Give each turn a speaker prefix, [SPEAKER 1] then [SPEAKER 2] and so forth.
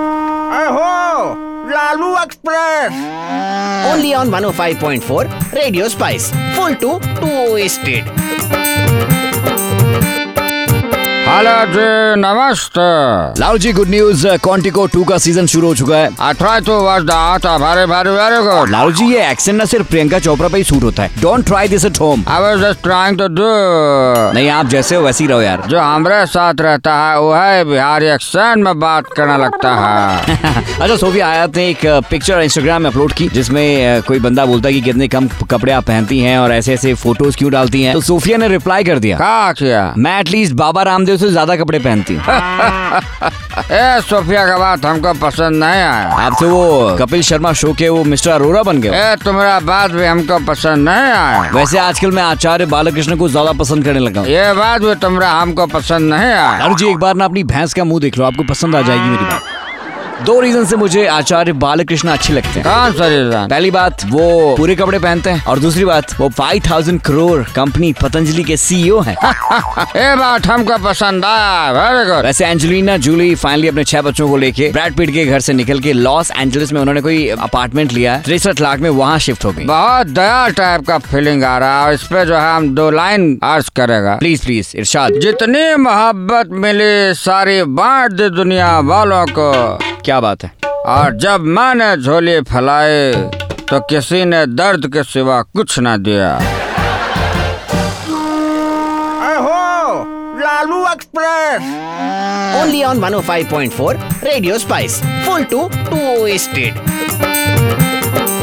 [SPEAKER 1] में हो Lalu express
[SPEAKER 2] only on 105.4 Radio Spice. Full to twisted.
[SPEAKER 1] Hello ji नमस्ते
[SPEAKER 3] लाल जी गुड न्यूज कॉन्टिको टू uh, का सीजन शुरू हो चुका है
[SPEAKER 1] अठरा तो वर्ष आता भारे भारे वेरी गुड
[SPEAKER 3] लाल जी ये एक्सेंट ना सिर्फ प्रियंका चोपड़ा पे ही सूट होता है don't try this at home
[SPEAKER 1] I was just trying to do
[SPEAKER 3] नहीं आप जैसे हो वैसे ही रहो यार
[SPEAKER 1] जो हमारे साथ रहता है वो है बिहारी एक्सेंट में बात करने लगता है
[SPEAKER 3] अच्छा सोफिया आयात ने एक uh, पिक्चर इंस्टाग्राम में अपलोड की जिसमें अ, कोई बंदा बोलता है कि कितने कम कपड़े आप पहनती हैं और ऐसे ऐसे फोटोज क्यों डालती हैं तो सोफिया ने रिप्लाई कर दिया
[SPEAKER 1] क्या किया
[SPEAKER 3] मैं एटलीस्ट बाबा रामदेव से ज्यादा कपड़े पहनती हूँ
[SPEAKER 1] ए सोफिया का बात हमको पसंद नहीं आया
[SPEAKER 3] आप तो वो कपिल शर्मा शो के वो मिस्टर अरोरा बन गए हो।
[SPEAKER 1] ए तुम्हारा बात भी हमको पसंद नहीं आया
[SPEAKER 3] वैसे आजकल मैं आचार्य बालकृष्ण को ज्यादा पसंद करने लगा हूँ
[SPEAKER 1] ये बात भी तुम्हारा हमको पसंद नहीं आया
[SPEAKER 3] लालू जी एक बार ना अपनी भैंस का मुंह देख लो आपको पसंद आ जाएगी मेरी बात दो रीजन से मुझे आचार्य बालकृष्ण अच्छे लगते हैं
[SPEAKER 1] कौन सा रीजन
[SPEAKER 3] पहली बात वो पूरे कपड़े पहनते हैं और दूसरी बात वो 5000 करोड़ कंपनी पतंजलि के सीईओ हैं
[SPEAKER 1] ये बात हमको पसंद आया वेरी गुड
[SPEAKER 3] वैसे एंजेलिना जूली फाइनली अपने छह बच्चों को लेके ब्रैड पीट के घर से निकल के लॉस एंजलिस में उन्होंने कोई अपार्टमेंट लिया है तिरसठ लाख में वहाँ शिफ्ट हो गई
[SPEAKER 1] बहुत दया टाइप का फीलिंग आ रहा है और इस पे जो है हम दो लाइन अर्ज करेगा
[SPEAKER 3] प्लीज प्लीज इरशाद
[SPEAKER 1] जितनी मोहब्बत मिली सारी बांट दी दुनिया वालों को
[SPEAKER 3] क्या बात है
[SPEAKER 1] और जब मैंने झोली फैलाई तो किसी ने दर्द के सिवा कुछ ना दिया Lalu express
[SPEAKER 2] Only on 105.4 Radio Spice. Full to twisted.